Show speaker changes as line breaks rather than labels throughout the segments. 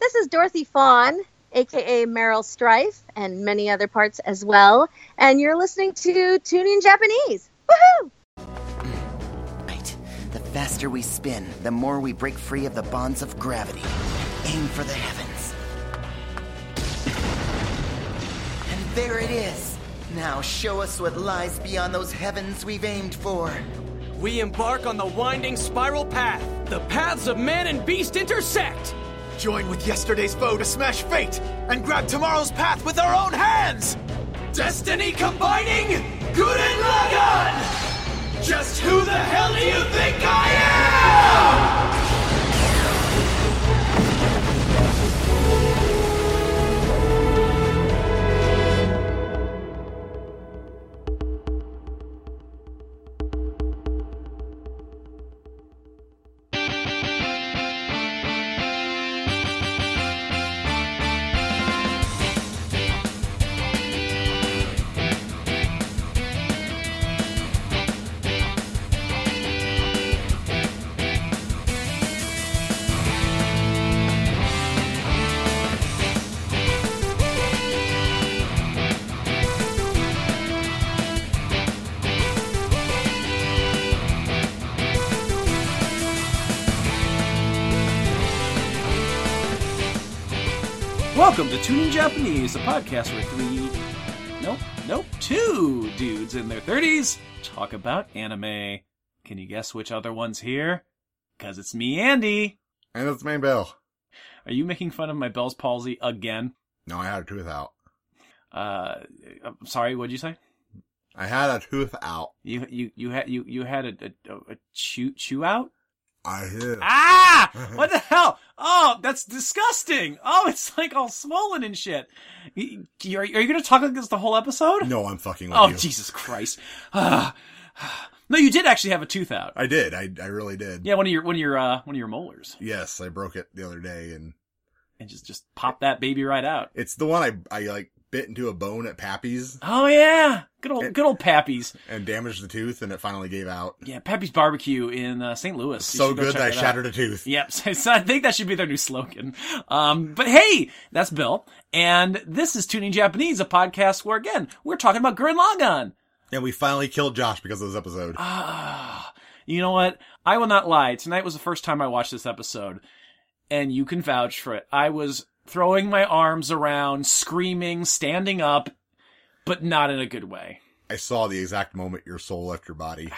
this is Dorothy Fawn, aka Meryl Strife, and many other parts as well. And you're listening to Tune in Japanese. Woohoo!
Right. The faster we spin, the more we break free of the bonds of gravity. Aim for the heavens. And there it is. Now show us what lies beyond those heavens we've aimed for.
We embark on the winding spiral path. The paths of man and beast intersect.
Join with yesterday's foe to smash fate and grab tomorrow's path with our own hands. Destiny combining good and Lagan. Just who the hell do you think I am?
Welcome to Tuning Japanese, a podcast where three, nope, nope, two dudes in their 30s talk about anime. Can you guess which other one's here? Because it's me, Andy.
And it's me, Bill.
Are you making fun of my Bell's palsy again?
No, I had a tooth out.
Uh, I'm sorry, what'd you say?
I had a tooth out.
You you you had you you had a a, a chew chew out?
I did.
Ah! What the hell? Oh, that's disgusting. Oh, it's like all swollen and shit. Y- y- Are, are you going to talk like this the whole episode?
No, I'm fucking with
Oh,
you.
Jesus Christ. Ah. no, you did actually have a tooth out.
I did. I, I really did.
Yeah, one of your one of your uh, one of your molars,
Yes, I broke it the other day, and
and just just pop that baby right out.
it's the one I I like bit into a bone at Pappy's
Oh yeah, good old good old Pappy's.
and damaged the tooth, and it finally gave out.
Yeah, Pappy's Barbecue in uh, St. Louis. You
so
should go
good
check
that I
it out.
shattered a tooth.
Yep. So, so I think that should be their new slogan. Um, but hey, that's Bill. And this is Tuning Japanese, a podcast where again, we're talking about Gurren Lagann.
And we finally killed Josh because of this episode.
Ah, you know what? I will not lie. Tonight was the first time I watched this episode and you can vouch for it. I was throwing my arms around, screaming, standing up, but not in a good way.
I saw the exact moment your soul left your body.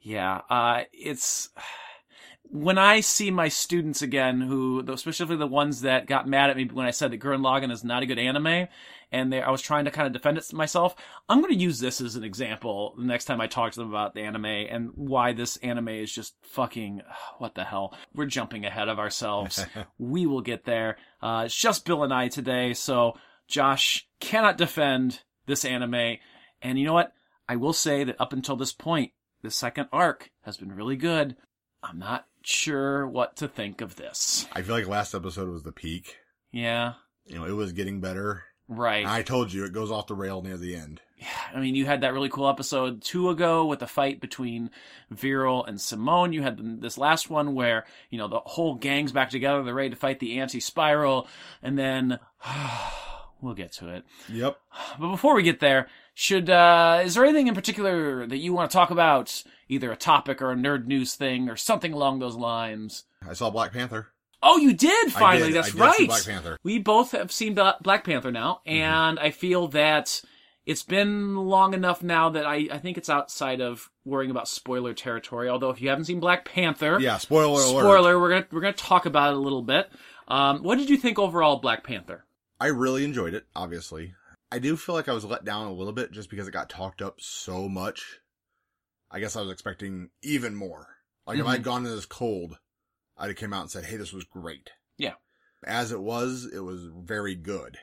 Yeah, uh, it's when I see my students again, who especially the ones that got mad at me when I said that Gurren Lagann is not a good anime, and they, I was trying to kind of defend it myself. I'm going to use this as an example the next time I talk to them about the anime and why this anime is just fucking what the hell. We're jumping ahead of ourselves. we will get there. Uh, it's just Bill and I today, so Josh cannot defend this anime. And you know what? I will say that up until this point, the second arc has been really good. I'm not sure what to think of this.
I feel like last episode was the peak.
Yeah,
You know, it was getting better.
right.
And I told you it goes off the rail near the end.
I mean, you had that really cool episode two ago with the fight between Viral and Simone. You had this last one where, you know, the whole gang's back together. They're ready to fight the anti spiral. And then we'll get to it.
Yep.
But before we get there, should, uh, is there anything in particular that you want to talk about? Either a topic or a nerd news thing or something along those lines?
I saw Black Panther.
Oh, you did
I
finally.
did.
That's
I did
right.
see Black Panther.
We both have seen Bla- Black Panther now, and I feel that it's been long enough now that I, I think it's outside of worrying about spoiler territory. Although, if you haven't seen Black Panther,
Yeah, spoiler alert.
spoiler, we're gonna we're gonna talk about it a little bit. Um, what did you think overall, of Black Panther?
I really enjoyed it, obviously. I do feel like I was let down a little bit just because it got talked up so much. I guess I was expecting even more. Like if I had gone in this cold, I'd have came out and said, Hey, this was great.
Yeah.
As it was, it was very good.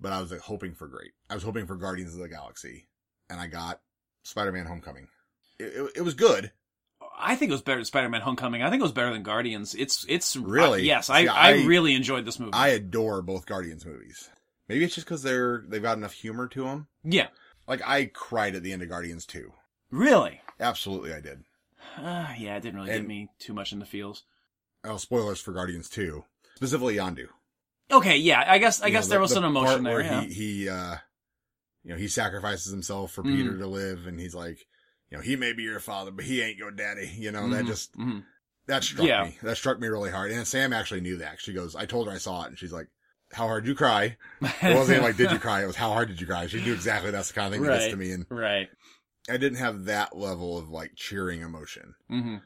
But I was like, hoping for great. I was hoping for Guardians of the Galaxy. And I got Spider Man Homecoming. It, it, it was good.
I think it was better than Spider-Man: Homecoming. I think it was better than Guardians. It's it's
Really?
I- yes, I,
See,
I,
I-
really enjoyed this movie.
I adore both Guardians movies. Maybe it's just because they're they've got enough humor to them.
yeah,
Like I cried at the end of Guardians 2.
really.
Absolutely, I did.
Uh, yeah, it didn't really get
And-
me too much in the feels.
Oh, spoilers for Guardians 2. specifically Yandu.
Okay, yeah. I guess I
You
guess
know,
there
the-
was
the
some
part
emotion there.
where
Yeah.
He, he, uh, you know, he sacrifices himself for
Mhm.
Peter to live, and he's like, you know, he may be your father, but he ain't your daddy. You know, that
Mhm,
just
mhm.
that struck
Yeah.
me. That struck me really hard. And Sam actually knew that. She goes, I told her I saw it, and she's like, How hard you cry? It wasn't even like, Did you cry? It was how hard did you cry? She knew exactly that's the kind of thing that gets
Right.
to me, and
right.
I didn't have that level of like cheering emotion.
Mm-hmm.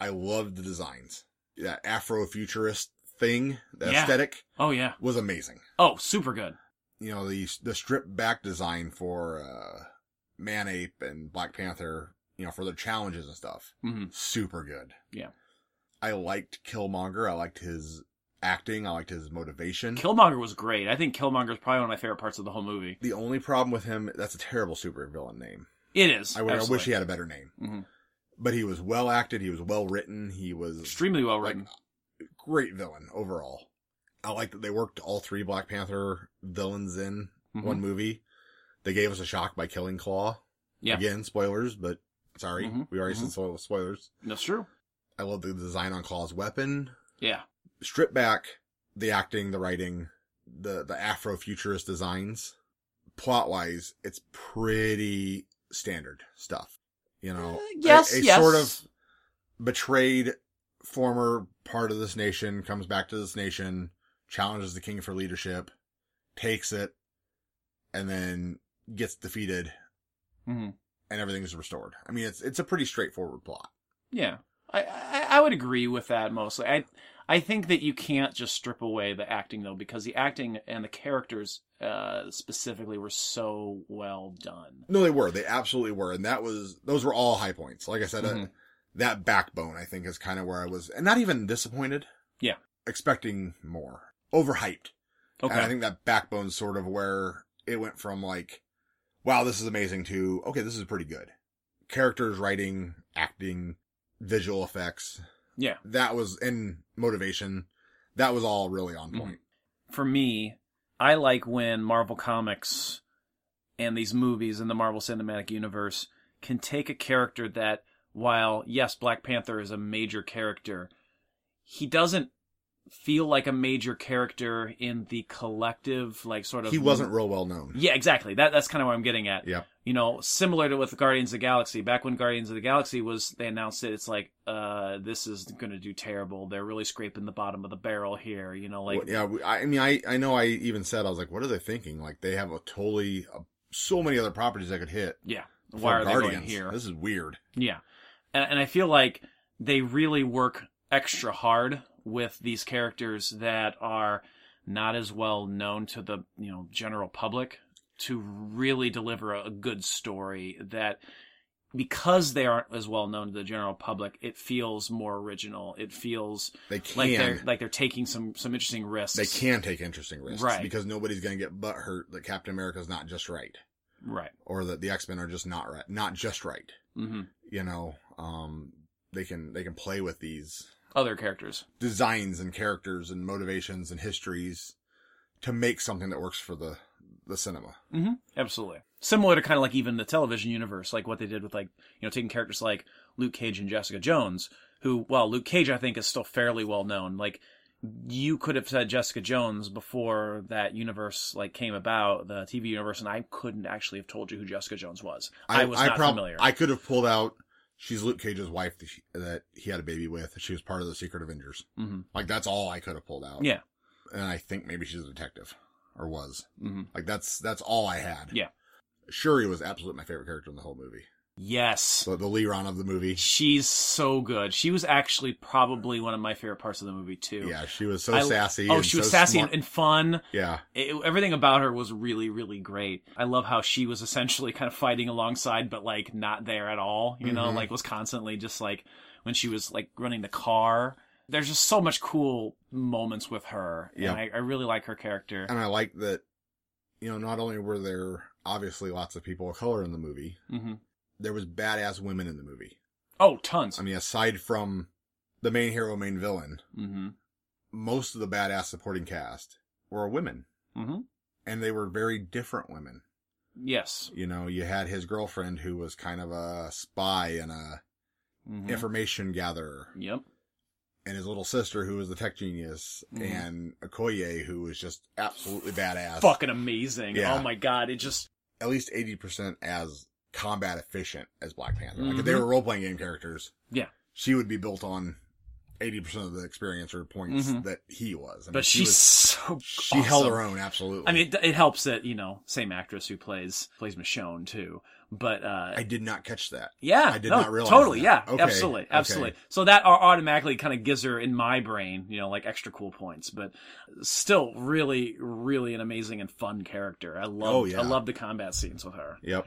I loved the designs. That Afrofuturist thing, the
Yeah.
aesthetic
Oh yeah.
was amazing.
Oh, super good.
you know the the stripped back design for uh man ape and black panther you know for their challenges and stuff
hmm
super good
Yeah.
i liked killmonger i liked his acting i liked his motivation
Killmonger was great. I think Killmonger is probably one of my favorite parts of the whole movie.
the only problem with him that's a terrible supervillain name
It is.
I, would, I wish
absolutely.
he had a better name
Mhm.
but he was well acted he was well written he was
Extremely well written.
great villain overall i like that they worked all three black panther villains in
Mhm.
one movie they gave us a shock by killing claw
yeah,
Again, spoilers, but sorry,
Mhm,
we already
mhm.
said spoil- spoilers.
that's true.
I love the design on Claw's weapon.
Yeah,
Strip back the acting, the writing, the the Afrofuturist designs. Plot wise, it's pretty standard stuff. You know,
Uh, yes,
a, a
yes.
sort of betrayed former part of this nation comes back to this nation, challenges the king for leadership, takes it, and then gets defeated
hmm
and everything's restored. I mean, it's it's a pretty straightforward plot.
Yeah, I, I I would agree with that mostly. I I think that you can't just strip away the acting though, because the acting and the characters uh, specifically were so well done.
No, they were. They absolutely were, and that was those were all high points. Like I said, uh,
Mhm.
that backbone I think is kind of where I was, and not even disappointed.
Yeah.
expecting more, overhyped.
Okay,
And I think that backbone's sort of where it went from like, wow, this is amazing to okay, this is pretty good. Characters, writing, acting, visual effects.
Yeah.
that was and motivation. That was all really on
Mhm.
point.
for me, I like when Marvel Comics and these movies in the Marvel Cinematic Universe can take a character that, while yes, Black Panther is a major character, he doesn't feel like a major character in the collective, like sort of.
He wasn't real well known.
Yeah, exactly. That that's kind of what I'm getting at.
Yep.
You know, similar to with Guardians of the Galaxy. Back when Guardians of the Galaxy was, they announced it. It's like, uh, this is going to do terrible. They're really scraping the bottom of the barrel here. You know, like
Well, yeah, we- I I mean, I, I know I even said, I was like, what are they thinking? Like, they have a totally, uh, so many other properties I could hit.
Yeah.
for
Why are they going
Guardians.
here?
This is weird.
Yeah. And, and I feel like they really work extra hard with these characters that are not as well known to the, you know, general public to really deliver a, a good story that because they aren't as well known to the general public, it feels more original. It feels
They can,
like they're like they're taking some some interesting risks.
they can take interesting risks.
Right.
Because nobody's going to get butt hurt that Captain America's not just right.
Right.
Or that the X-Men are just not right, not just right.
hmm
You know, um, they can, they can play with these
Other characters.
designs and characters and motivations and histories to make something that works for the, the cinema.
Mm-hmm. Absolutely. Similar to kind of like even the television universe, like what they did with like, you know, taking characters like Luke Cage and Jessica Jones, who, well, Luke Cage, I think, is still fairly well known. Like, you could have said Jessica Jones before that universe like came about, the TV universe, and I couldn't actually have told you who Jessica Jones was. I, was not
prob-
familiar.
I could have pulled out. She's Luke Cage's wife that, she, that he had a baby with. She was part of the Secret Avengers.
hmm
Like that's all I could have pulled out.
Yeah.
and I think maybe she's a detective, or was.
hmm
Like that's that's all I had.
Yeah.
Shuri was absolutely my favorite character in the whole movie.
Yes.
So the Leron of the movie.
She's so good. She was actually probably one of my favorite parts of the movie, too.
Yeah, she was so
I-
sassy.
Oh,
and
she was
so
sassy
smart.
and, and fun.
yeah,
it, everything about her was really really great i love how she was essentially kind of fighting alongside but like not there at all you know
Mhm.
like was constantly just like when she was like running the car there's just so much cool moments with her
Yeah.
and I, I really like her character
and I like that. You know, not only were there obviously lots of people of color in the movie,
hmm
there was badass women in the movie.
oh tons
I mean, aside from the main hero, main villain,
hmm
most of the badass supporting cast were women
hmm
and they were very different women.
yes
You know, you had his girlfriend who was kind of a spy and a
Mhm.
information gatherer.
yep
and his little sister who was the tech genius
Mm-hmm.
and Okoye who was just absolutely badass.
Fucking amazing.
Yeah.
Oh my god, it just
At least 80% as combat efficient as Black Panther. Like if they were role playing game characters,
Mm-hmm. yeah.
she would be built on 80% of the experience or points
Mhm.
that he was. I mean,
But
she
she's
was-
so
she held
awesome.
her own absolutely.
I mean, it, it helps that you know same actress who plays plays Michonne too. But uh,
I did not catch that.
yeah,
I did
no,
not realize
totally.
that.
Yeah,
Okay,
absolutely,
okay.
absolutely. So that au- automatically kind of gives her in my brain, you know, like extra cool points. But still, really, really an amazing and fun character. I love.
Oh, yeah.
I love the combat scenes with her.
Yep.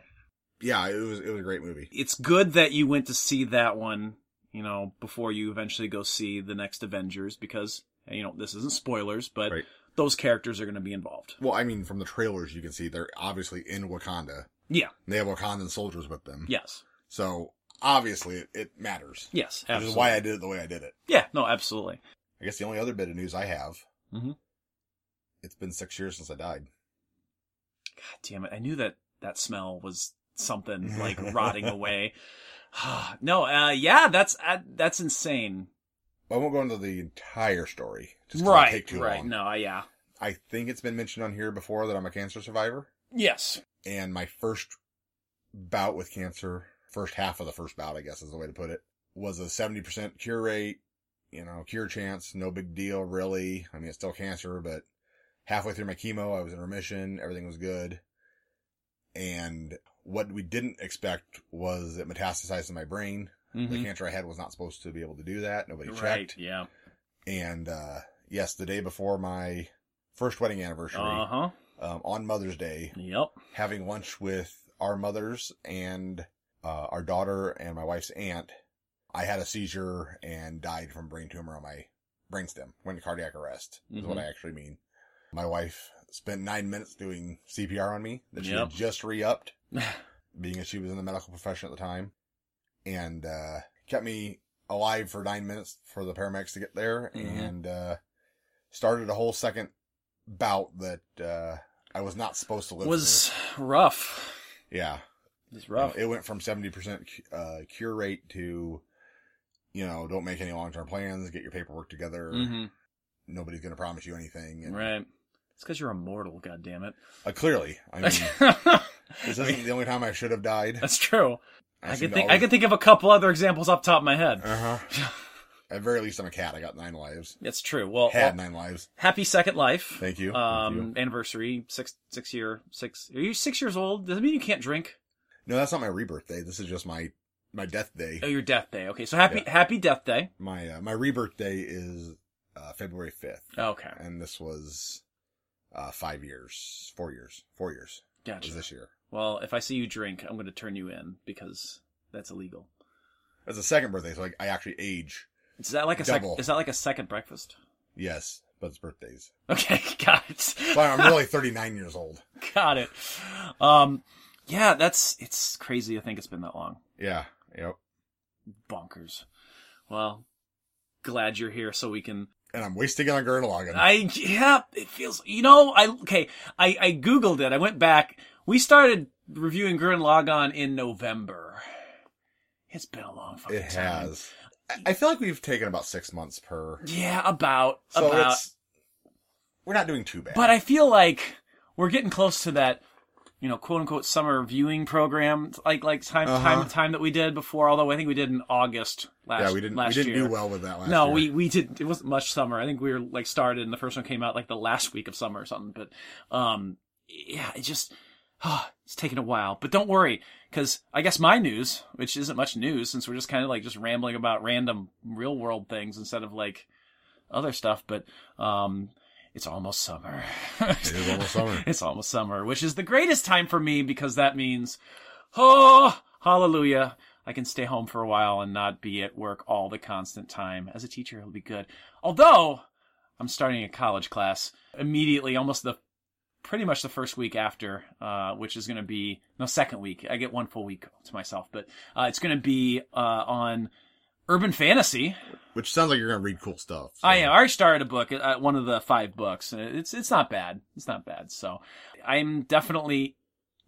Yeah, it was it was a great movie.
It's good that you went to see that one, you know, before you eventually go see the next Avengers because you know this isn't spoilers, but
Right.
those characters are going to be involved.
Well, I mean, from the trailers, you can see they're obviously in Wakanda.
Yeah.
They have Wakandan soldiers with them.
Yes.
So obviously, it, it matters.
Yes.
Which is
Absolutely.
why I did it the way I did it.
Yeah. No. Absolutely.
I guess the only other bit of news I have.
Mhm.
It's been six years since I died.
God damn it. I knew that that smell was something like rotting away. no, uh, yeah, that's, uh, that's insane.
I won't go into the entire story. Just 'cause it'll
Right,
Take too
right.
long.
No, uh, yeah.
I think it's been mentioned on here before that I'm a cancer survivor,
Yes.
and my first bout with cancer, first half of the first bout, I guess is the way to put it, was a 70% cure rate. You know, cure chance, no big deal, really. I mean, it's still cancer, but halfway through my chemo, I was in remission. Everything was good. And what we didn't expect was it metastasized in my brain. The
Mhm.
cancer I had was not supposed to be able to do that. Nobody checked.
Right. Yeah.
And, uh, yes, the day before my first wedding anniversary,
Uh huh.
um, on Mother's Day,
Yep.
having lunch with our mothers and uh, our daughter and my wife's aunt, I had a seizure and died from brain tumor on my brainstem. Went into cardiac arrest is what
Mhm.
I actually mean. My wife spent nine minutes doing CPR on me that she
Yep.
had just re-upped, being as she was in the medical profession at the time, and uh, kept me alive for nine minutes for the paramedics to get there,
Mhm.
and uh, started a whole second bout that uh, I was not supposed to live.
Was rough.
through. yeah,
It was rough.
you know, it went from 70% cu- uh, cure rate to, you know, don't make any long term plans, get your paperwork together.
hmm
Nobody's going to promise you anything. And,
Right. It's because you're immortal, God damn it.
uh, clearly, I mean, this isn't the only time I should have died.
that's true.
I
I, could
seem to
think. I
always-
could think of a couple other examples off the top of my head.
Uh huh. At very least, I'm a cat. I got nine lives.
That's true. Well,
Had
well,
nine lives.
happy second life.
Thank you.
Um,
Thank
anniversary six six year six. Are you six years old? Does that mean you can't drink?
No, that's not my rebirth day. This is just my my death
Oh,
day.
your death day. Okay, so happy
Yeah.
happy death day.
My uh, my rebirth day is uh, February 5th,
Okay,
and this was uh, five years, four years, four years.
gotcha.
Was this year?
Well, if I see you drink, I'm going to turn you in because that's illegal.
It's the second birthday, so like I actually age.
Is that like a sec-
Double.
is that like a second breakfast?
Yes, but it's birthdays.
Okay, got it.
So I'm really 39 years old.
got it. Um, yeah, that's it's crazy. I think it's been that long.
Yeah. Yep.
Bonkers. Well, glad you're here so we can
And I'm wasting it on Gurren Lagann.
I yeah, it feels you know I okay. I I googled it. I went back. We started reviewing Gurren Lagann in November. It's been a long fucking
it
time.
has. I- I feel like we've taken about six months per.
Yeah, about
So
about.
it's we're not doing too bad.
But I feel like we're getting close to that, you know, quote unquote summer viewing program, like like time time time that we did before. Although I think we did in August last.
Uh-huh. yeah, we didn't we
last
didn't
year.
do well with that last
No,
year.
we we did. It wasn't much summer. I think we were like started, and the first one came out like the last week of summer or something. But um, yeah, it just it's taken a while. But don't worry, because I guess my news, which isn't much news, since we're just kind of like just rambling about random real world things instead of like other stuff. But um. It's almost summer. it
is almost summer.
it's almost summer, which is the greatest time for me because that means, oh, hallelujah. I can stay home for a while and not be at work all the constant time. As a teacher, it'll be good. Although, I'm starting a college class immediately, almost the pretty much the first week after, uh, which is going to be no second week. I get one full week to myself, but uh, it's going to be uh, on urban fantasy.
Which sounds like you're gonna read cool stuff. so-
I, I already started a book, uh, one of the five books. and It's it's not bad. It's not bad. So I'm definitely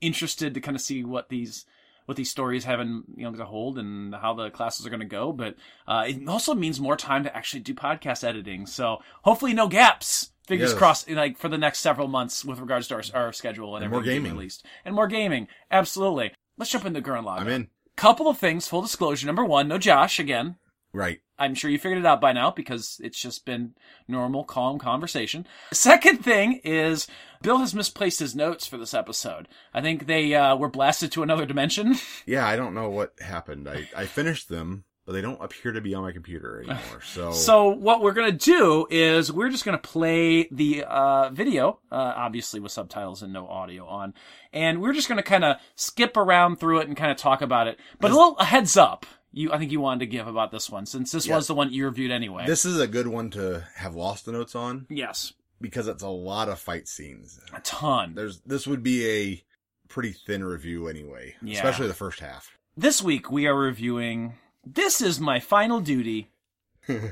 interested to kind of see what these what these stories have in you know to hold and how the classes are going to go. But uh, it also means more time to actually do podcast editing. So hopefully, no gaps. Fingers
Yes.
crossed, like for the next several months with regards to our, our schedule and,
And more
everything being
gaming.
released, and more gaming. Absolutely. Let's jump into Gurren Lagann.
I'm in.
Couple of things. Full disclosure. Number one, no Josh again.
Right.
I'm sure you figured it out by now because it's just been normal, calm conversation. Second thing is Bill has misplaced his notes for this episode. I think they uh, were blasted to another dimension.
Yeah, I don't know what happened. I, I finished them, but they don't appear to be on my computer anymore. So,
So what we're gonna do is we're just gonna play the uh, video, uh, obviously with subtitles and no audio on, and we're just gonna kind of skip around through it and kind of talk about it. But a little a heads up, you I think you wanted to give about this one since this
Yeah.
was the one you reviewed anyway.
this is a good one to have lost the notes on
yes,
because it's a lot of fight scenes.
a ton.
There's this would be a pretty thin review anyway,
Yeah.
especially the first half.
This week we are reviewing This is My Final Duty.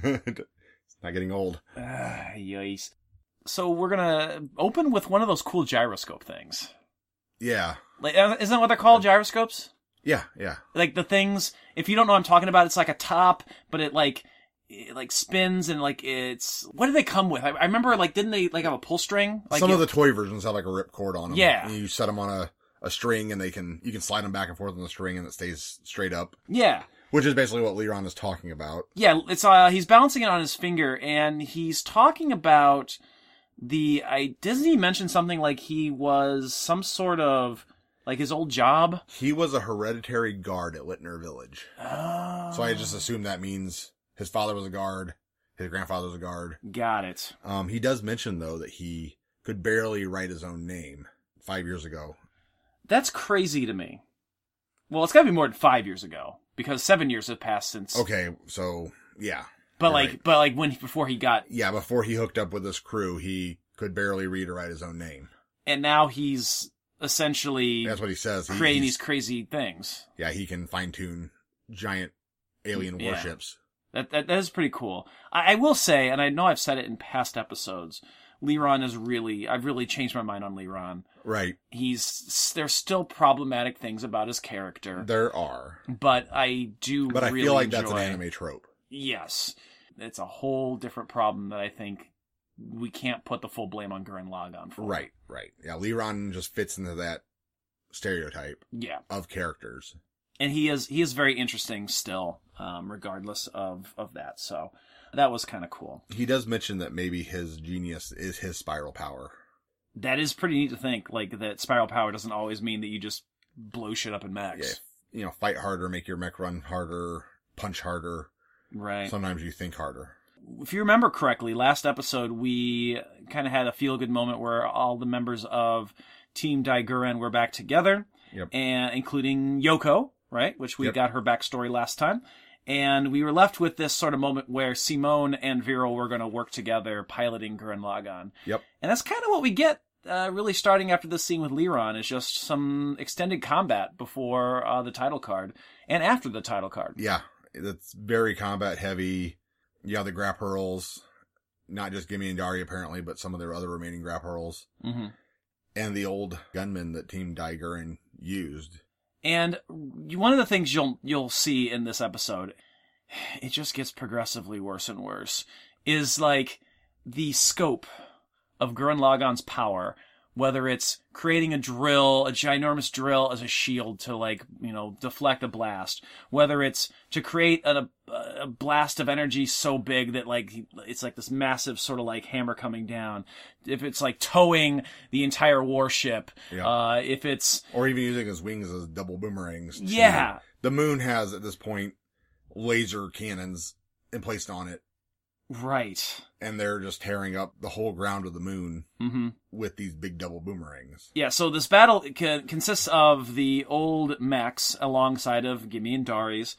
it's not getting old.
Ah, yikes. So we're gonna open with one of those cool gyroscope things.
Yeah.
Like uh, isn't that what they're called? Gyroscopes?
Yeah, yeah.
Like the things if you don't know what I'm talking about, it's like a top, but it like it like spins and like it's what did they come with? I, I remember like didn't they like have a pull string? Like
Some
you-
of the toy versions have like a rip cord on them.
Yeah.
And you set them on a, a string and they can, you can slide them back and forth on the string and it stays straight up,
Yeah.
which is basically what Leron is talking about.
Yeah, it's uh he's balancing it on his finger and he's talking about the I doesn't he mention something like he was some sort of like his old job?
He was a hereditary guard at Littner Village. So I
Oh.
just assume that means his father was a guard, his grandfather was a guard.
Uh, Got it.
Um, he does mention though that he could barely write his own name five years ago.
That's crazy to me. Well, it's got to be more than five years ago because seven years have passed since.
Okay, so yeah.
but
you're
like,
right.
but like when before he got,
yeah, before he hooked up with this crew, he could barely read or write his own name.
and now he's essentially
That's what he says. He-
creating
he's-
these crazy things.
yeah, he can fine tune giant alien
Yeah.
warships.
That that, that is pretty cool. I, I will say, and I know I've said it in past episodes, Leron is really. I've really changed my mind on Leron.
Right.
He's there's still problematic things about his character,
There are.
but I do.
But I
really
feel like
enjoy...
that's an anime trope.
Yes. It's a whole different problem that I think we can't put the full blame on Gurren Lagann for.
Right, right. Yeah, Leron just fits into that stereotype
Yeah.
of characters.
And he is he is very interesting still, um, regardless of of that. So that was kind of cool.
He does mention that maybe his genius is his spiral power.
That is pretty neat to think. Like that spiral power doesn't always mean that you just blow shit up in
Yeah,
max.
you know, fight harder, make your mech run harder, punch harder.
Right.
Sometimes you think harder.
if you remember correctly, last episode we kind of had a feel good moment where all the members of Team Daiguren were back together,
Yep.
and including Yoko, right? Which we
Yep.
got her backstory last time. And we were left with this sort of moment where Simone and Viral were going to work together, piloting Gurren Lagann.
Yep.
And that's kind of what we get, uh, really starting after this scene with Leron, is just some extended combat before uh, the title card and after the title card.
Yeah, it's very combat heavy. Yeah, the grap hurls, not just Gimme and Dari apparently, but some of their other remaining grap hurls.
Mm-hmm.
And the old gunman that Team Digerin used.
And you- one of the things you'll you'll see in this episode, it just gets progressively worse and worse, is like the scope of Gurren Lagann's power. Whether it's creating a drill, a ginormous drill as a shield to like you know deflect a blast, whether it's to create a, a blast of energy so big that like it's like this massive sort of like hammer coming down, if it's like towing the entire warship,
Yeah.
uh, if it's
Or even using his wings as double boomerangs. to-
Yeah.
The moon has at this point laser cannons and placed on it,
right,
and they're just tearing up the whole ground of the moon
hmm
with these big double boomerangs.
Yeah, so this battle co- consists of the old mechs alongside of Gimme and Dari's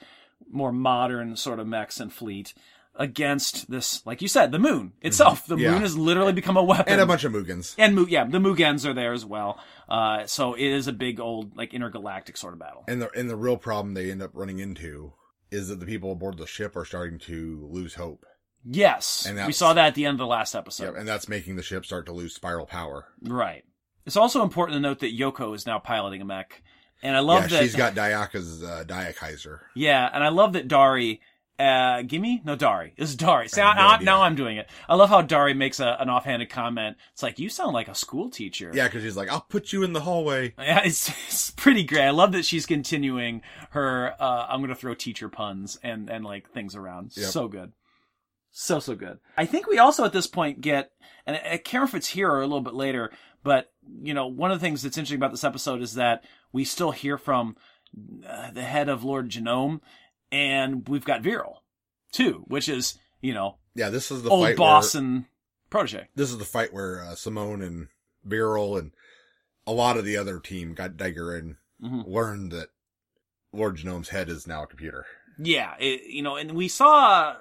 more modern sort of mechs and fleet against this, like you said, the moon itself. The
Mm-hmm. Yeah.
moon has literally become a weapon.
And a bunch of Mugens.
And Mu- yeah, the Mugens are there as well. Uh, so it is a big old, like, intergalactic sort of battle.
And the and the real problem they end up running into is that the people aboard the ship are starting to lose hope.
yes.
And
we
that's-
saw that at the end of the last episode.
Yep, and that's making the ship start to lose spiral power.
Right. It's also important to note that Yoko is now piloting a mech, And I love
yeah,
that
she's got Dayaka's uh, Dayakaiser.
Yeah, and I love that Dari, uh, gimme? No, Dari. It's Dari. See,
I
I,
have no
I,
idea.
now I'm doing it. I love how Dari makes a, an offhanded comment. It's like, you sound like a school teacher.
Yeah, because she's like, I'll put you in the hallway.
Yeah, it's, it's pretty great. I love that she's continuing her, uh, I'm going to throw teacher puns and, and like things around.
Yep.
So good. So, so good. I think we also at this point get, and I I can't remember if it's here or a little bit later, but, you know, one of the things that's interesting about this episode is that we still hear from uh, the head of Lord Genome and we've got Viral too, which is, you know,
Yeah, this is the
old
fight
boss
where,
and protege.
this is the fight where uh, Simone and Beryl and a lot of the other team got Digger and
Mhm.
learned that Lord Genome's head is now a computer.
Yeah, it, you know, and we saw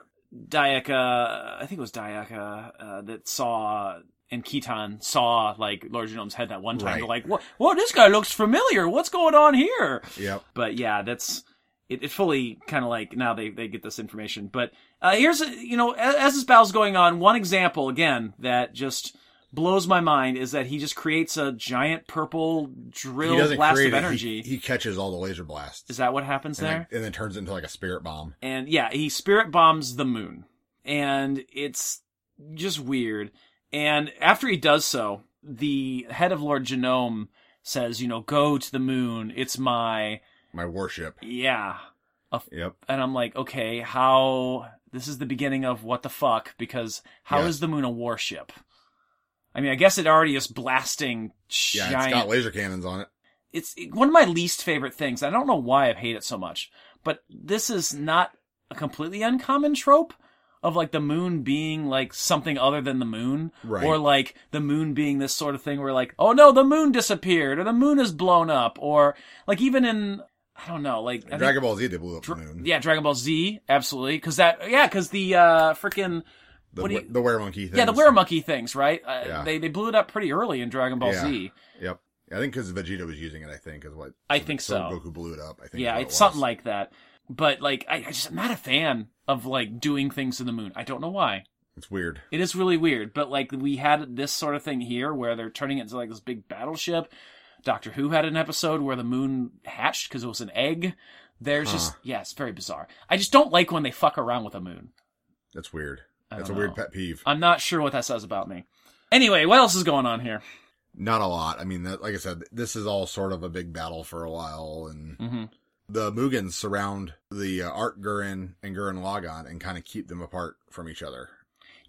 Dayaka, I think it was Dayaka uh, that saw and Keaton saw like Lord Genome's head that one time.
Right.
They're like, "What? Whoa, this guy looks familiar. What's going on here?"
Yep.
But yeah, that's it. it fully kind of like now they they get this information. But uh, here's a, you know, as, as this battle's going on, one example again that just blows my mind is that he just creates a giant purple
he
drill
doesn't
blast
create
of
it, he-
energy.
He, catches all the laser blasts.
is that what happens
and,
there?
then- and then turns it into like a spirit bomb.
and yeah, he spirit bombs the moon, and it's just weird. And after he does so, the head of Lord Genome says, "You know, go to the moon. It's my
My warship.
yeah."
Yep.
And I'm like, okay, how? This is the beginning of what the fuck? Because how is
Yeah.
the moon a warship? I mean, I guess it already is blasting
Yeah,
giant
it's got laser cannons on it.
it's one of my least favorite things. I don't know why I hate it so much, but this is not a completely uncommon trope of like the moon being like something other than the moon
Right.
or like the moon being this sort of thing where like oh no the moon disappeared or the moon is blown up or like even in i don't know like I think-
Dragon Ball Z, they blew up the moon.
yeah dragon ball z absolutely because that yeah because the uh freaking
the,
what do
were-
you-
the weremonkey thing.
yeah the weremonkey things right uh,
Yeah.
they they blew it up pretty early in dragon ball
Yeah.
z
Yep. I think because Vegeta was using it, I think, is what.
I think so.
Goku blew it up, I think. is
yeah,
what
it's
it
something
was.
like that. But like, I, I just am not a fan of like doing things to the moon. I don't know why.
It's weird.
It is really weird. But like, we had this sort of thing here where they're turning it into like this big battleship. Doctor Who had an episode where the moon hatched because it was an egg. There's just yeah, it's very bizarre. I just don't like when they fuck around with a moon.
That's weird.
I
That's a
don't
weird
know.
pet peeve.
I'm not sure what that says about me. Anyway, what else is going on here?
Not a lot. I mean, that, like I said, this is all sort of a big battle for a while, and
Mm-hmm.
the Mugens surround the uh, Art Gurren and Gurren Lagann and kind of keep them apart from each other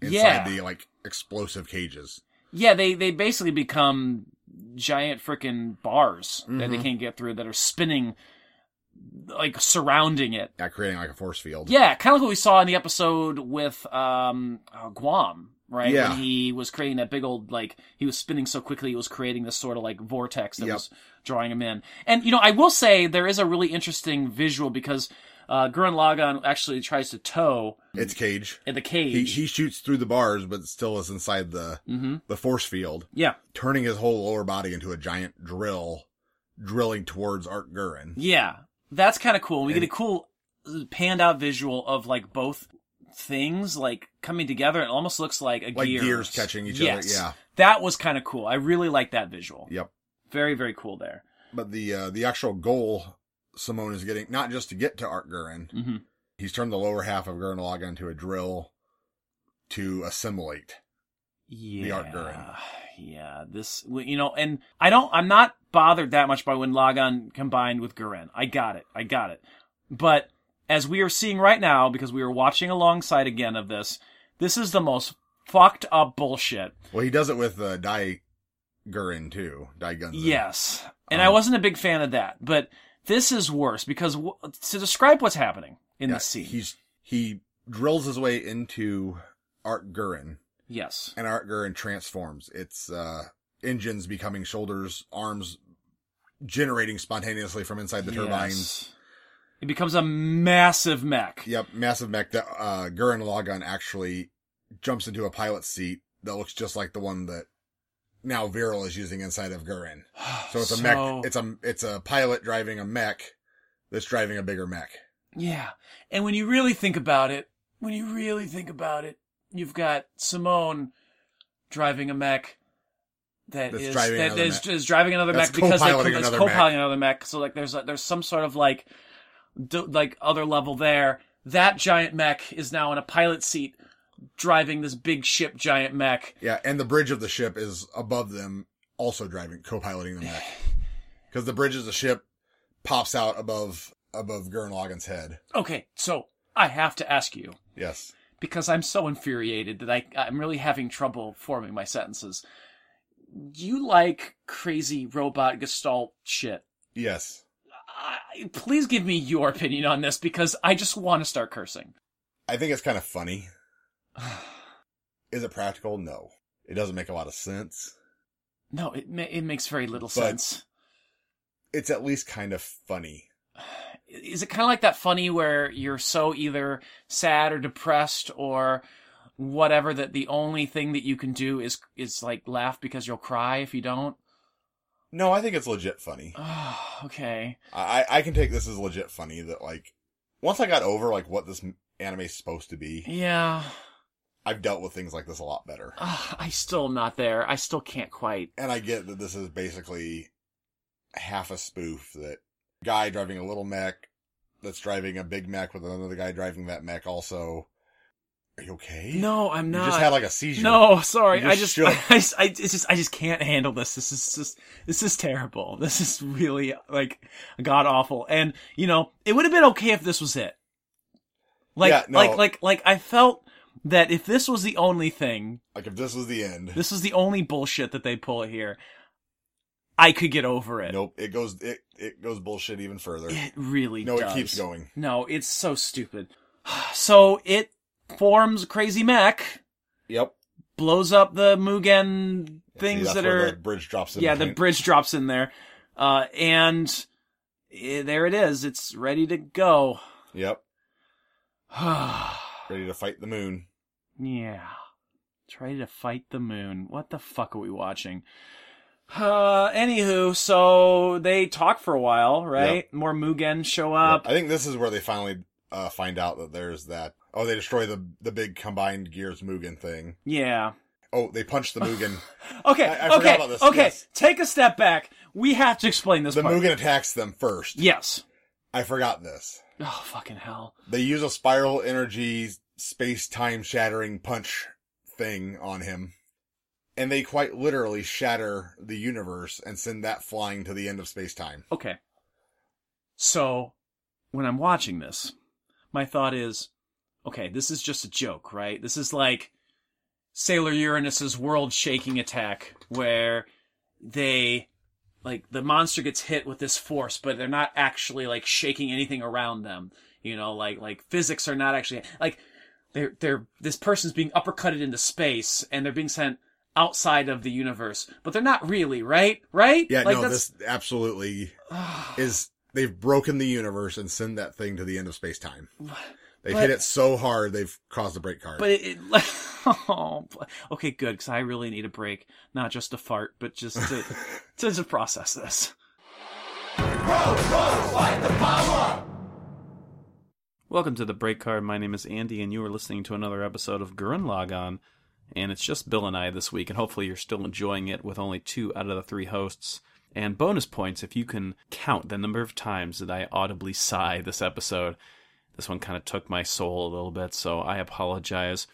inside
Yeah.
the like explosive cages.
Yeah, they they basically become giant freaking bars that
Mm-hmm.
they can't get through that are spinning like surrounding it.
Yeah, creating like a force field.
Yeah, kind of like what we saw in the episode with um uh, Guam, right?
Yeah.
When he was creating that big old like he was spinning so quickly, he was creating this sort of like vortex that
Yep.
was drawing him in. And you know, I will say there is a really interesting visual because uh Gurren Lagann actually tries to tow
It's cage.
in the cage.
He he shoots through the bars, but still is inside the
Mm-hmm.
the force field,
yeah.
turning his whole lower body into a giant drill, drilling towards Art Gurren.
Yeah, that's kind of cool. We get a
And-
cool uh, panned out visual of like both things like coming together. It almost looks like a
Like
gear.
gears catching each other,
Yes.
yeah.
that was kind of cool. I really like that visual.
Yep.
Very very cool there.
But the uh, the actual goal Simone is getting not just to get to Art Gurren,
Mhm.
he's turned the lower half of Gurren Lagann into a drill to assimilate.
Yeah.
Art Gurren.
Yeah, this well, you know, and I don't. I'm not bothered that much by when Lagan combined with Gurren. I got it. I got it. But as we are seeing right now, because we are watching alongside again of this, this is the most fucked up bullshit
Well, he does it with uh, Dai Gurren too. Dai Gunzen.
Yes. And
Um,
I wasn't a big fan of that, but this is worse because w- to describe what's happening in
Yeah,
the scene.
He's he drills his way into Art Gurren,
yes.
and Art Gurren transforms. Its uh, engines becoming shoulders, arms generating spontaneously from inside the turbines.
Yes. It becomes a massive mech.
Yep, massive mech that uh, Gurren Lagann actually jumps into a pilot's seat that looks just like the one that now Viral is using inside of Gurren. So it's a
So-
mech. It's a it's a pilot driving a mech that's driving a bigger mech.
Yeah. And when you really think about it, when you really think about it, you've got Simone driving a mech that
That's
is
driving
that
another
is,
mech.
is driving another
That's
mech because they
co-piloting
it's
another mech.
co-piloting another mech. So like there's there's some sort of like d- like other level there. That giant mech is now in a pilot seat driving this big ship giant mech.
Yeah, and the bridge of the ship is above them, also driving, co-piloting the mech. Because the bridge of the ship pops out above above Gurren Lagan's head.
Okay, so I have to ask you
Yes.
because I'm so infuriated that I I'm really having trouble forming my sentences. You like crazy robot gestalt shit.
Yes.
I, please give me your opinion on this because I just want to start cursing.
I think it's kind of funny. Is it practical? No. It doesn't make a lot of sense.
No, it ma- it makes very little sense.
It's at least kind of funny.
Is it kind of like that funny where you're so either sad or depressed or whatever that the only thing that you can do is is like laugh because you'll cry if you don't?
No, I think it's legit funny.
Oh, okay.
I I can take this as legit funny that like once I got over like what this anime is supposed to be,
Yeah.
I've dealt with things like this a lot better.
Ugh, I still am not there. I still can't quite.
And I get that this is basically half a spoof that guy driving a little mech that's driving a big mech with another guy driving that mech also. Are you okay?
No, I'm
You
not.
just had like a seizure.
no, sorry.
You
I just,
just shook.
I, just, I it's just, I just can't handle this. This is just, this is terrible. This is really like god awful. And you know, it would have been okay if this was it. Like,
Yeah, no.
like, like, like, I felt that if this was the only thing,
Like if this was the end.
this was the only bullshit that they pull here, I could get over it.
Nope. It goes it it goes bullshit even further.
It really
No,
does.
it keeps going.
No, it's so stupid. So it forms crazy mech,
Yep.
blows up the Mugen
See,
things
that's
that
where
are
the bridge drops in.
yeah, the
between.
bridge drops in there, uh, and eh, there it is. It's ready to go.
Yep.
yeah,
Ready to fight the moon.
it's ready to fight the moon. What the fuck are we watching? Uh, anywho, so they talk for a while, right? More Mugen show up.
I think this is where they finally uh, find out that there's that. Oh, they destroy the the big combined gears Mugen thing.
Yeah.
Oh, they punch the Mugen.
Okay.
I- I forgot
okay.
about this,
Okay.
yes.
Take a step back. We have to explain this
the
part.
Mugen attacks them first.
Yes.
I forgot this.
Oh fucking hell.
They use a spiral energy space time shattering punch thing on him. And they quite literally shatter the universe and send that flying to the end of space time.
Okay. So, when I'm watching this, my thought is, okay, this is just a joke, right? This is like Sailor Uranus's world shaking attack where they like the monster gets hit with this force, but they're not actually like shaking anything around them. You know, like like physics are not actually like they're they're this person's being uppercutted into space and they're being sent outside of the universe, but they're not really, right? Right?
Yeah,
like
no,
that's-
this absolutely is they've broken the universe and send that thing to the end of space time. They've hit
but-
it so hard they've caused a break card.
But it, it like, oh, but- okay, good, because I really need a break, not just to fart, but just to to, to process this.
Welcome to the Break Card. My name is Andy, and you are listening to another episode of Gurren Lagann. And it's just Bill and I this week, and hopefully you're still enjoying it with only two out of the three hosts. And bonus points if you can count the number of times that I audibly sigh this episode. This one kind of took my soul a little bit, so I apologize.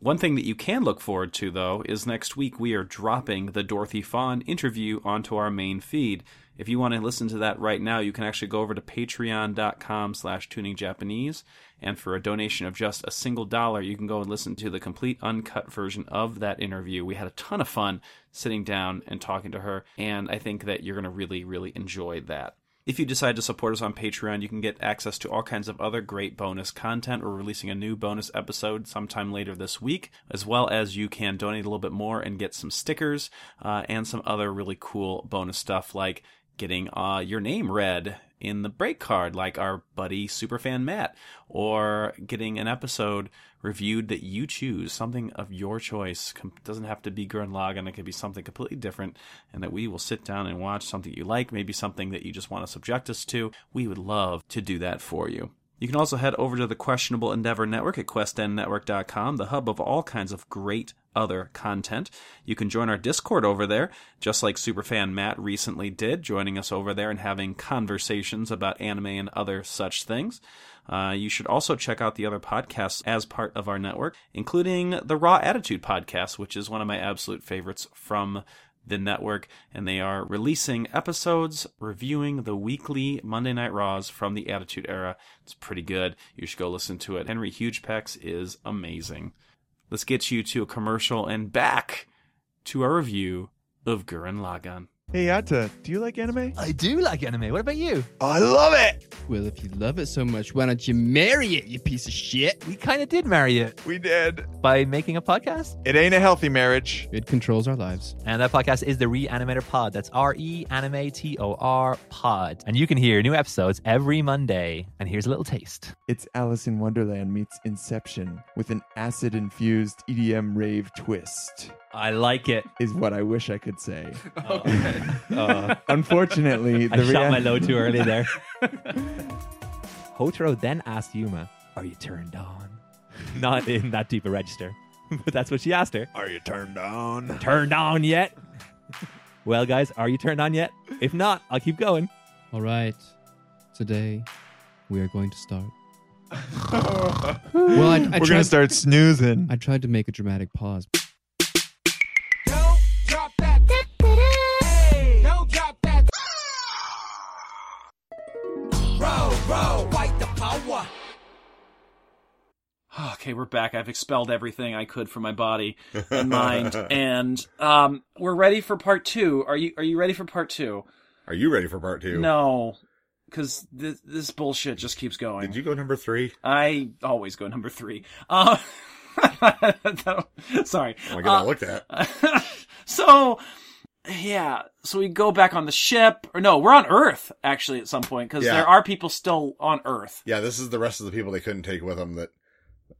One thing that you can look forward to, though, is next week we are dropping the Dorothy Fawn interview onto our main feed. If you want to listen to that right now, you can actually go over to patreon.com slash tuningjapanese, and for a donation of just a single dollar, you can go and listen to the complete uncut version of that interview. We had a ton of fun sitting down and talking to her, and I think that you're going to really, really enjoy that. If you decide to support us on Patreon, you can get access to all kinds of other great bonus content. We're releasing a new bonus episode sometime later this week, as well as you can donate a little bit more and get some stickers uh, and some other really cool bonus stuff like getting uh, your name read in the break card, like our buddy Superfan Matt, or getting an episode reviewed that you choose, something of your choice. Com- doesn't have to be Gurren Lagann, it could be something completely different, and that we will sit down and watch something you like, maybe something that you just want to subject us to. We would love to do that for you. You can also head over to the Questionable Endeavor Network at questendnetwork.com, the hub of all kinds of great other content. You can join our Discord over there, just like superfan Matt recently did, joining us over there and having conversations about anime and other such things. Uh, you should also check out the other podcasts as part of our network, including the Raw Attitude podcast, which is one of my absolute favorites from the network, and they are releasing episodes reviewing the weekly Monday Night Raws from the Attitude Era. It's pretty good. You should go listen to it. Henry Hugepex is amazing. Let's get you to a commercial and back to our review of Gurren Lagann.
Hey Atta, do you like anime?
I do like anime. What about you?
I love it!
Well, if you love it so much, why don't you marry it, you piece of shit?
We kind of did marry it
We did.
by making a podcast.
It ain't a healthy marriage.
It controls our lives.
And that podcast is the Reanimator Pod. That's R E Anime T O R Pod. And you can hear new episodes every Monday. And here's a little taste.
It's Alice in Wonderland meets Inception with an acid infused EDM rave twist,
I like it.
is what I wish I could say.
Okay.
Unfortunately,
Oh. Uh. I
the
shot
rea-
my load too early there. Hotaro then asked Yuma, Are you turned on? Not in that deep a register, but that's what she asked her.
Are you turned on?
Turned on yet? well, guys, are you turned on yet? If not, I'll keep going.
All right. Today, we are going to start. well, I, I
We're going to
tried-
start snoozing.
I tried to make a dramatic pause.
okay, we're back. I've expelled everything I could from my body and mind, and um, we're ready for part two. Are you Are you ready for part two?
Are you ready for part two?
No, because this, this bullshit just keeps going.
Did you go number three?
I always go number three. Uh, sorry.
Oh my god,
Uh,
I looked at.
so yeah so we go back on the ship or no we're on earth actually at some point because
Yeah.
there are people still on earth
Yeah, this is the rest of the people they couldn't take with them. That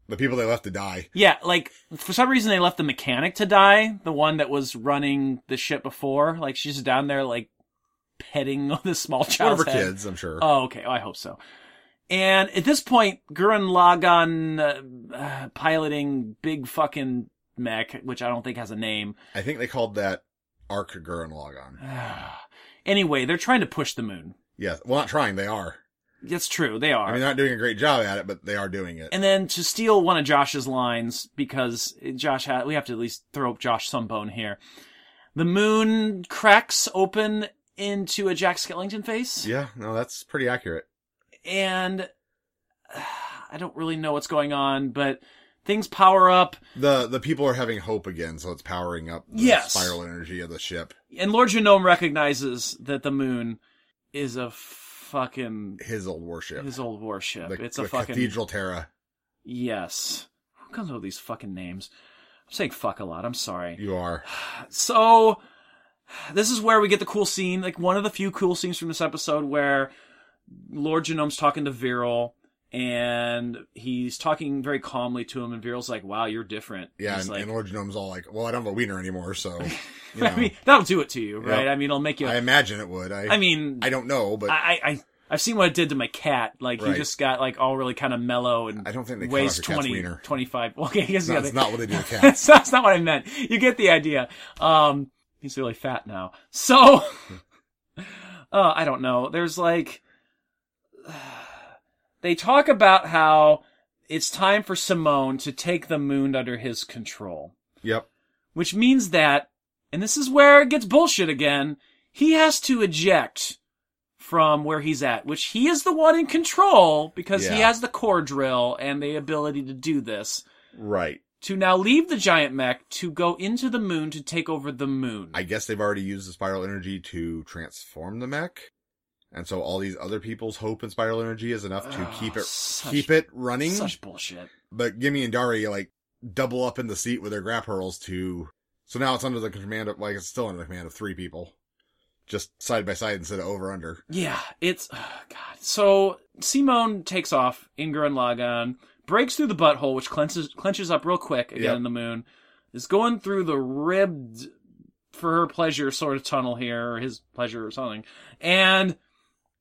the people they left to die.
yeah like for some reason they left the mechanic to die the one that was running the ship before like she's down there like petting this small
One of
child's
her
head.
kids, I'm sure.
Oh, okay. Oh, I hope so. And at this point, Gurren Lagann uh, uh, piloting big fucking mech, which I don't think has a name.
I think they called that Arc Gurren Logon.
Anyway, they're trying to push the moon.
Yeah, well, not trying. They are.
That's true. They are.
I mean, they're not doing a great job at it, but they are doing it.
and then to steal one of Josh's lines, because Josh had, we have to at least throw Josh some bone here. The moon cracks open into a Jack Skellington face.
yeah, no, that's pretty accurate.
And uh, I don't really know what's going on, but things power up.
The the people are having hope again, so it's powering up the
Yes.
spiral energy of the ship.
And Lord Genome recognizes that the moon is a fucking
His old warship.
his old warship.
the,
it's
the
a fucking
Cathedral Terra.
Yes. Who comes up with these fucking names? I'm saying fuck a lot. I'm sorry.
You are.
So this is where we get the cool scene, like one of the few cool scenes from this episode where Lord Genome's talking to Viral and he's talking very calmly to him and Viral's like, "Wow, you're different."
Yeah,
He's
and,
like-
and Lord Gnome's all like, well, I don't have a wiener anymore, so. You know,
I mean, that'll do it to you, right?
Yep.
I mean, it'll make you
I
I,
imagine it would. I,
mean,
I don't know, but I,
I, I, I've seen what it did to my cat. Like, he
Right.
just got, like, all really kind of mellow and
I don't think they cut
weighs
off your cat's
20,
wiener.
25. Okay, I guess
no,
yeah,
that's
they-
not what they do to cats.
that's, that's not what I meant. You get the idea. Um, he's really fat now. So, uh, I don't know. There's like, they talk about how it's time for Simone to take the moon under his control,
yep.
which means that, and this is where it gets bullshit again, he has to eject from where he's at, which he is the one in control because he
Yeah.
has the core drill and the ability to do this
Right.
to now leave the giant mech to go into the moon to take over the moon.
I guess they've already used the spiral energy to transform the mech. And so all these other people's hope and spiral energy is enough to
Oh,
keep it
such-
keep it running.
Such bullshit.
But Gimme and Dari like double up in the seat with their grab hurls to so now it's under the command of like it's still under the command of three people. Just side by side instead of over under.
Yeah, it's oh, God. So Simone takes off in Gurren Lagann, breaks through the butthole, which clenches clenches up real quick again
Yep.
in the moon. Is going through the ribbed for her pleasure sort of tunnel here, or his pleasure or something, and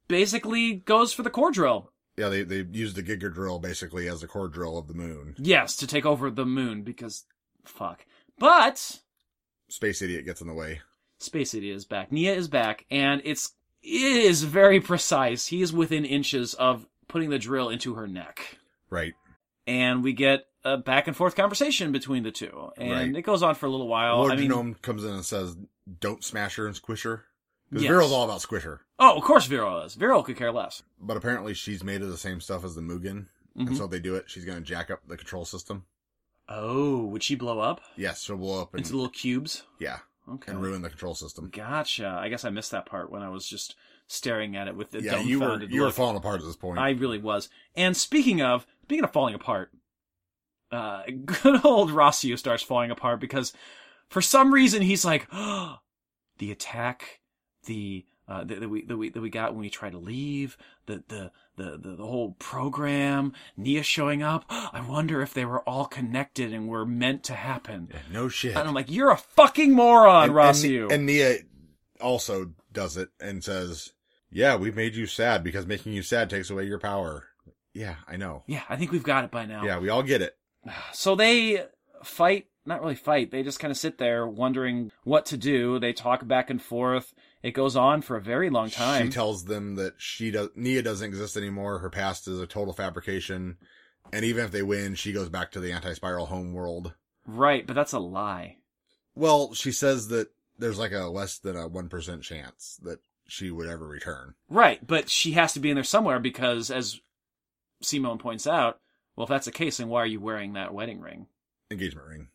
basically goes for the core drill.
Yeah, they they used the Giga drill basically as the core drill of the moon.
Yes, to take over the moon because fuck. But
Space idiot gets in the way.
Space Idiot is back. Nia is back, and it's it is very precise. He is within inches of putting the drill into her neck,
Right.
and we get a back and forth conversation between the two, and
Right.
it goes on for a little while.
Lord
I mean,
Genome comes in and says, "Don't smash her and squish her," because
Yes.
Viral's all about squish her.
oh, of course, Vero is. Vero could care less.
But apparently, she's made of the same stuff as the Mugen,
Mhm.
and so if they do it. She's going to jack up the control system.
Oh, would she blow up
Yes, she'll blow up and
into little cubes?
yeah,
Okay.
and ruin the control system.
Gotcha. I guess I missed that part when I was just staring at it with the
yeah,
dumbfounded
you were you were
look.
falling apart at this point.
I really was. And speaking of speaking of falling apart, uh, good old Rossio starts falling apart because for some reason he's like, the attack, the uh, that, that we that we that we got when we tried to leave, the the the the, the whole program, Nia showing up. I wonder if they were all connected and were meant to happen.
Yeah, no shit.
And I'm like, you're a fucking moron,
and,
Rossio.
and, and Nia also does it and says, "Yeah, we made you sad because making you sad takes away your power." Yeah, I know.
yeah, I think we've got it by now.
Yeah, we all get it.
So they fight, not really fight, they just kind of sit there wondering what to do. They talk back and forth. It goes on for a very long time.
She tells them that she does Nia doesn't exist anymore. Her past is a total fabrication, and even if they win, she goes back to the anti-spiral home world.
right, but that's a lie.
Well, she says that there's like a less than a one percent chance that she would ever return.
Right, but she has to be in there somewhere because, as Simone points out, well, if that's the case, then why are you wearing that wedding ring?
Engagement ring,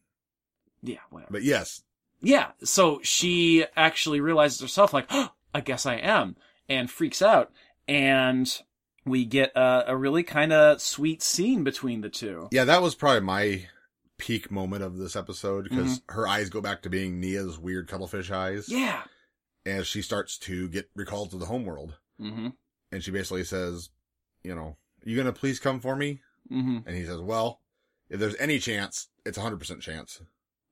Yeah, whatever.
but yes,
yeah, so she actually realizes herself, like, oh, I guess I am, and freaks out. And we get a, a really kind of sweet scene between the two.
yeah, that was probably my peak moment of this episode because her eyes go back to being Nia's weird cuttlefish eyes
Mm-hmm. Yeah.
as she starts to get recalled to the home world,
Mm
and she basically says, "You know, you gonna please come for me?"
hmm. Mm hmm.
And he says, well, if there's any chance, it's a hundred percent chance.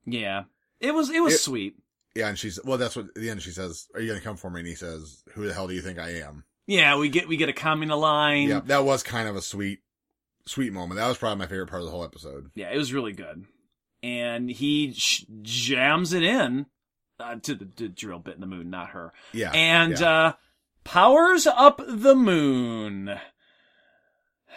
Yeah. It was it was
It-
sweet.
Yeah. And she's, well, that's what, at the end she says, are you going to come for me? And he says, who the hell do you think I am?
Yeah, we get we get a comment a line.
yeah. That was kind of a sweet, sweet moment. That was probably my favorite part of the whole episode.
Yeah, it was really good. And he sh- jams it in uh, to the to drill bit in the moon, not her.
Yeah.
and
yeah.
uh powers up the moon.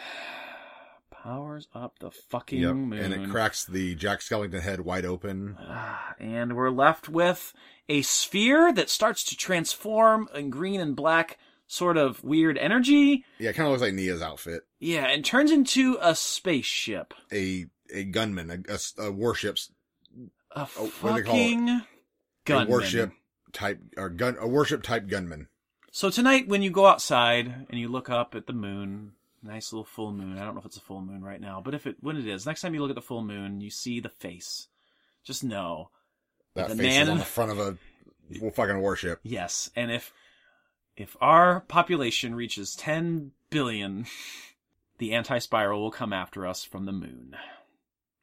powers up the fucking
Yep,
moon.
and it cracks the Jack Skellington head wide open.
Ah, and we're left with a sphere that starts to transform in green and black sort of weird energy.
Yeah. It kind of looks like Nia's outfit.
Yeah, and turns into a spaceship.
A, a gunman, a- a, s- a warship
A
Oh, what do they call it?
fucking
a
gun.
warship type, or gun, a warship type gunman.
So tonight, when you go outside and you look up at the moon, nice little full moon. I don't know if it's a full moon right now, but if it when it is, next time you look at the full moon, you see the face. Just know,
That
The
face
man-
is on the front of a fucking warship.
yes. And if if our population reaches ten billion, the anti-spiral will come after us from the moon.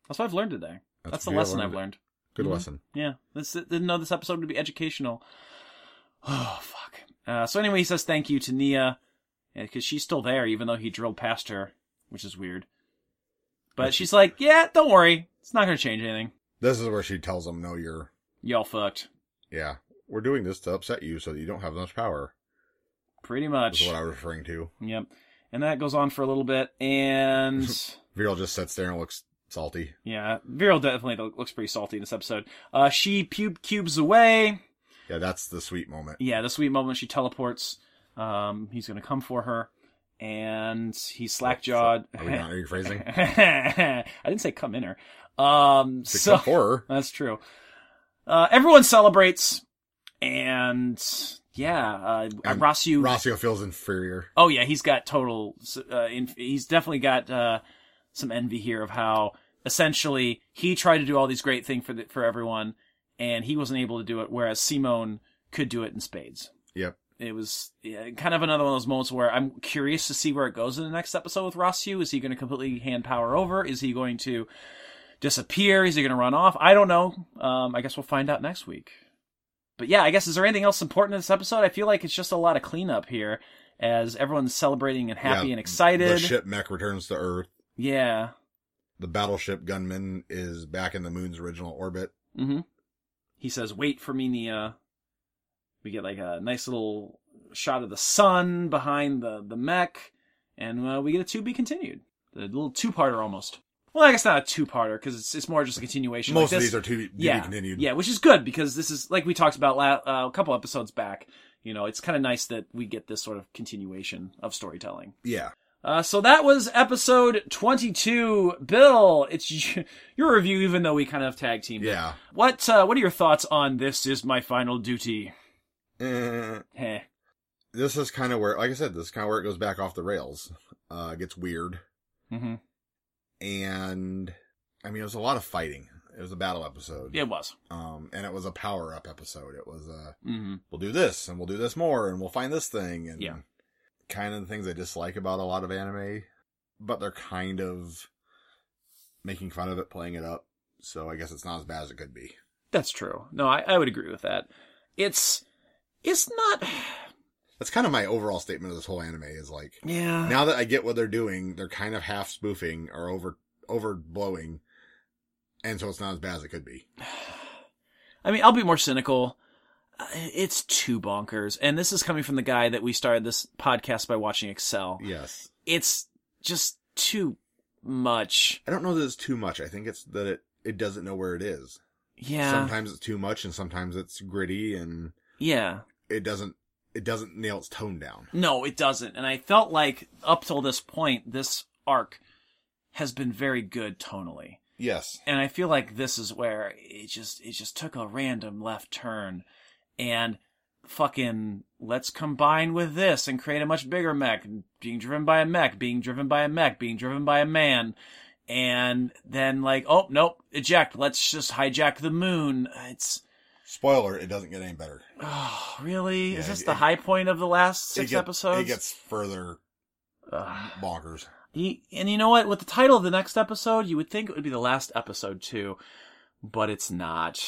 That's what I've learned today. That's,
That's
the
what I
lesson I've
learned.
learned.
Good
Mhm.
lesson.
Yeah, this didn't know this episode would be educational. Oh fuck. Uh, so anyway, he says thank you to Nia because she's still there, even though he drilled past her, which is weird. But she's like, yeah, don't worry, it's not gonna change anything.
This is where she tells him, no, you're,
Y'all fucked,
yeah, we're doing this to upset you so that you don't have much power,
pretty
is
much.
what I was referring to.
Yep. And that goes on for a little bit, and
Viral just sits there and looks salty.
yeah, Viral definitely lo- looks pretty salty in this episode. Uh, she pube cubes away.
Yeah, that's the sweet moment.
yeah, the sweet moment she teleports. Um, he's gonna come for her, and he's slack jawed.
Are we not rephrasing?
I didn't say come in her. Um,
To
so
come for her.
that's true. Uh, everyone celebrates, and yeah, uh,
And
Rossio.
Rossio feels inferior.
oh yeah, he's got total. Uh, in, he's definitely got uh, some envy here of how essentially he tried to do all these great things for the, for everyone, and he wasn't able to do it, whereas Simone could do it in spades
Yep.
it was yeah, kind of another one of those moments where I'm curious to see where it goes in the next episode with Ross Hugh. Is he going to completely hand power over? Is he going to disappear? Is he going to run off? I don't know. Um, I guess we'll find out next week. But yeah, I guess is there anything else important in this episode? I feel like it's just a lot of cleanup here, as everyone's celebrating and happy
Yeah,
and excited.
The ship mech returns to Earth.
Yeah.
The battleship gunman is back in the moon's original orbit.
Mm-hmm. He says, "Wait for me, Nia." We get like a nice little shot of the sun behind the the mech, and uh, we get a to be continued. A little two parter almost. Well, I guess not a two parter because it's it's more just a continuation.
Most
Like
of
this-
these are to be, to be
yeah,
continued.
yeah, which is good because this is like we talked about la- uh, a couple episodes back. You know, it's kind of nice that we get this sort of continuation of storytelling.
Yeah.
Uh, so that was episode 22. Bill, it's y- your review, even though we kind of tag teamed. it.
Yeah.
What uh, What are your thoughts on this? Is my final duty?
Eh,
Heh.
this is kind of where, like I said, this is kind of where it goes back off the rails. Uh, it gets weird.
Mm-hmm.
And, I mean, it was a lot of fighting. It was a battle episode.
It was.
Um, and it was a power up episode. It was, uh,
Mm-hmm.
we'll do this and we'll do this more and we'll find this thing and
Yeah.
kind of the things I dislike about a lot of anime, but they're kind of making fun of it, playing it up. So I guess it's not as bad as it could be.
That's true. No, I, I would agree with that. It's it's not.
That's kind of my overall statement of this whole anime is like
Yeah.
now that I get what they're doing, they're kind of half spoofing or over overblowing, and so it's not as bad as it could be.
I mean, I'll be more cynical. Uh, It's too bonkers, and this is coming from the guy that we started this podcast by watching Excel.
Yes,
It's just too much.
I don't know that it's too much. I think it's that it it doesn't know where it is.
Yeah.
Sometimes it's too much, and sometimes it's gritty, and
Yeah.
it doesn't it doesn't nail its tone down.
No, it doesn't. And I felt like up till this point, this arc has been very good tonally.
Yes,
And I feel like this is where it just it just took a random left turn and fucking let's combine with this and create a much bigger mech being driven by a mech, being driven by a mech, being driven by a man. And then like, oh nope, eject, let's just hijack the moon. It's
spoiler: it doesn't get any better.
oh, really? is
Yeah,
this
it-
the high point of the last six
it get-
episodes?
It gets further
Ugh.
bonkers.
Ye- And you know what? With the title of the next episode, you would think it would be the last episode too, but it's not.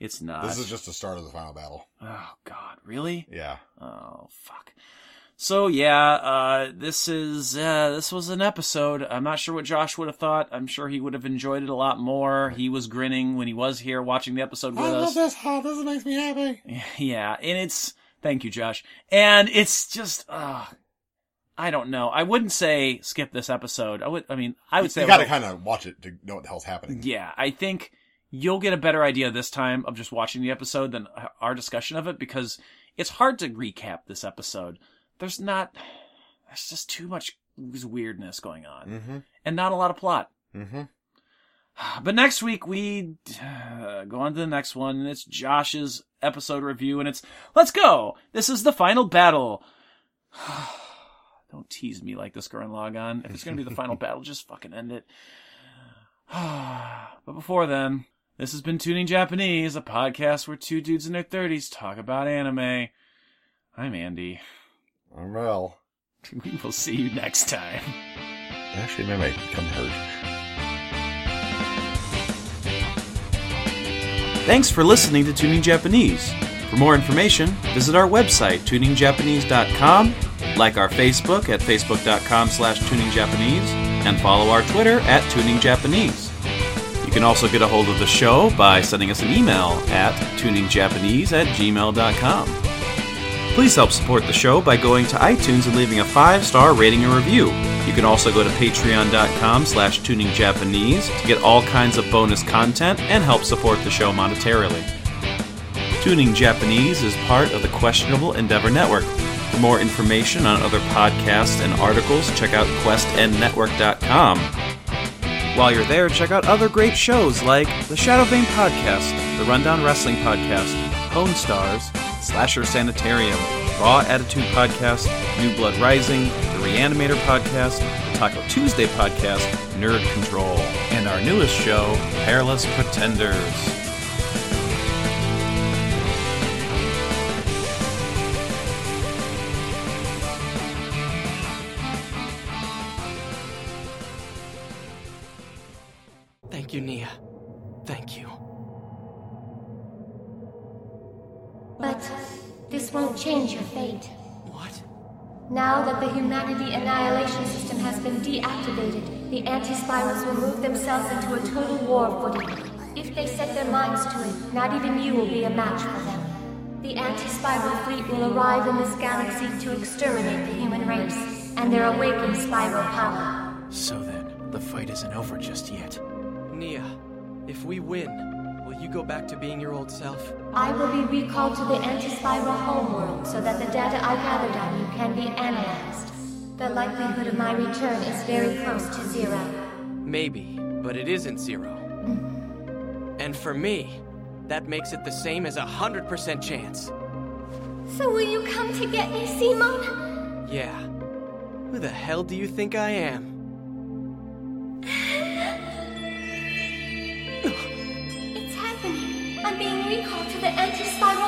It's not.
This is just the start of the final battle.
oh God, really?
Yeah,
Oh fuck. So yeah, uh, this is uh, this was an episode. I'm not sure what Josh would have thought. I'm sure he would have enjoyed it a lot more. He was grinning when he was here watching the episode with
I love
us.
this. How this makes me happy.
Yeah, and it's thank you, Josh. And it's just, uh, I don't know. I wouldn't say skip this episode. I would. I mean, I would say
you gotta kind of watch it to know what the hell's happening.
yeah, I think you'll get a better idea this time of just watching the episode than our discussion of it because it's hard to recap this episode. There's not, there's just too much weirdness going on
Mm-hmm.
and not a lot of plot.
Mm-hmm.
But next week we uh, go on to the next one, and it's Josh's episode review, and it's let's go. This is the final battle. Don't tease me like this, Gurren Lagann. If it's gonna be the final battle, just fucking end it. but before then, this has been Tuning Japanese, a podcast where two dudes in their thirties talk about anime. I'm Andy.
I'm well.
We will see you next time.
Actually, my mic come hurt.
Thanks for listening to Tuning Japanese. For more information, visit our website, tuningjapanese.com, like our Facebook at facebook.com slash tuningjapanese, and follow our Twitter at tuningjapanese. You can also get a hold of the show by sending us an email at tuningjapanese at gmail.com. Please help support the show by going to iTunes and leaving a five-star rating and review. You can also go to patreon.com slash tuningjapanese to get all kinds of bonus content and help support the show monetarily. Tuning Japanese is part of the Questionable Endeavor Network. For more information on other podcasts and articles, check out questnnetwork.com. While you're there, check out other great shows like the Shadow Vane Podcast, the Rundown Wrestling Podcast, Home Stars, Slasher Sanitarium, Raw Attitude Podcast, New Blood Rising, the Reanimator Podcast, the Taco Tuesday Podcast, Nerd Control, and our newest show, Hairless Pretenders.
Thank you, Nia. Thank you.
But this won't change your fate.
What?
Now that the Humanity Annihilation System has been deactivated, the anti-spirals will move themselves into a total war footing. If they set their minds to it, not even you will be a match for them. The anti-spiral fleet will arrive in this galaxy to exterminate the human race and their awakened spiral power.
So then, the fight isn't over just yet. Nia, if we win, will you go back to being your old self?
I will be recalled to the anti-spiral homeworld so that the data I gathered on you can be analyzed. The likelihood of my return is very close to zero.
Maybe, but it isn't zero. And for me, that makes it the same as a 100% chance.
So will you come to get me, Simon?
Yeah. Who the hell do you think I am?
It's happening. I'm being recalled to the anti-spiral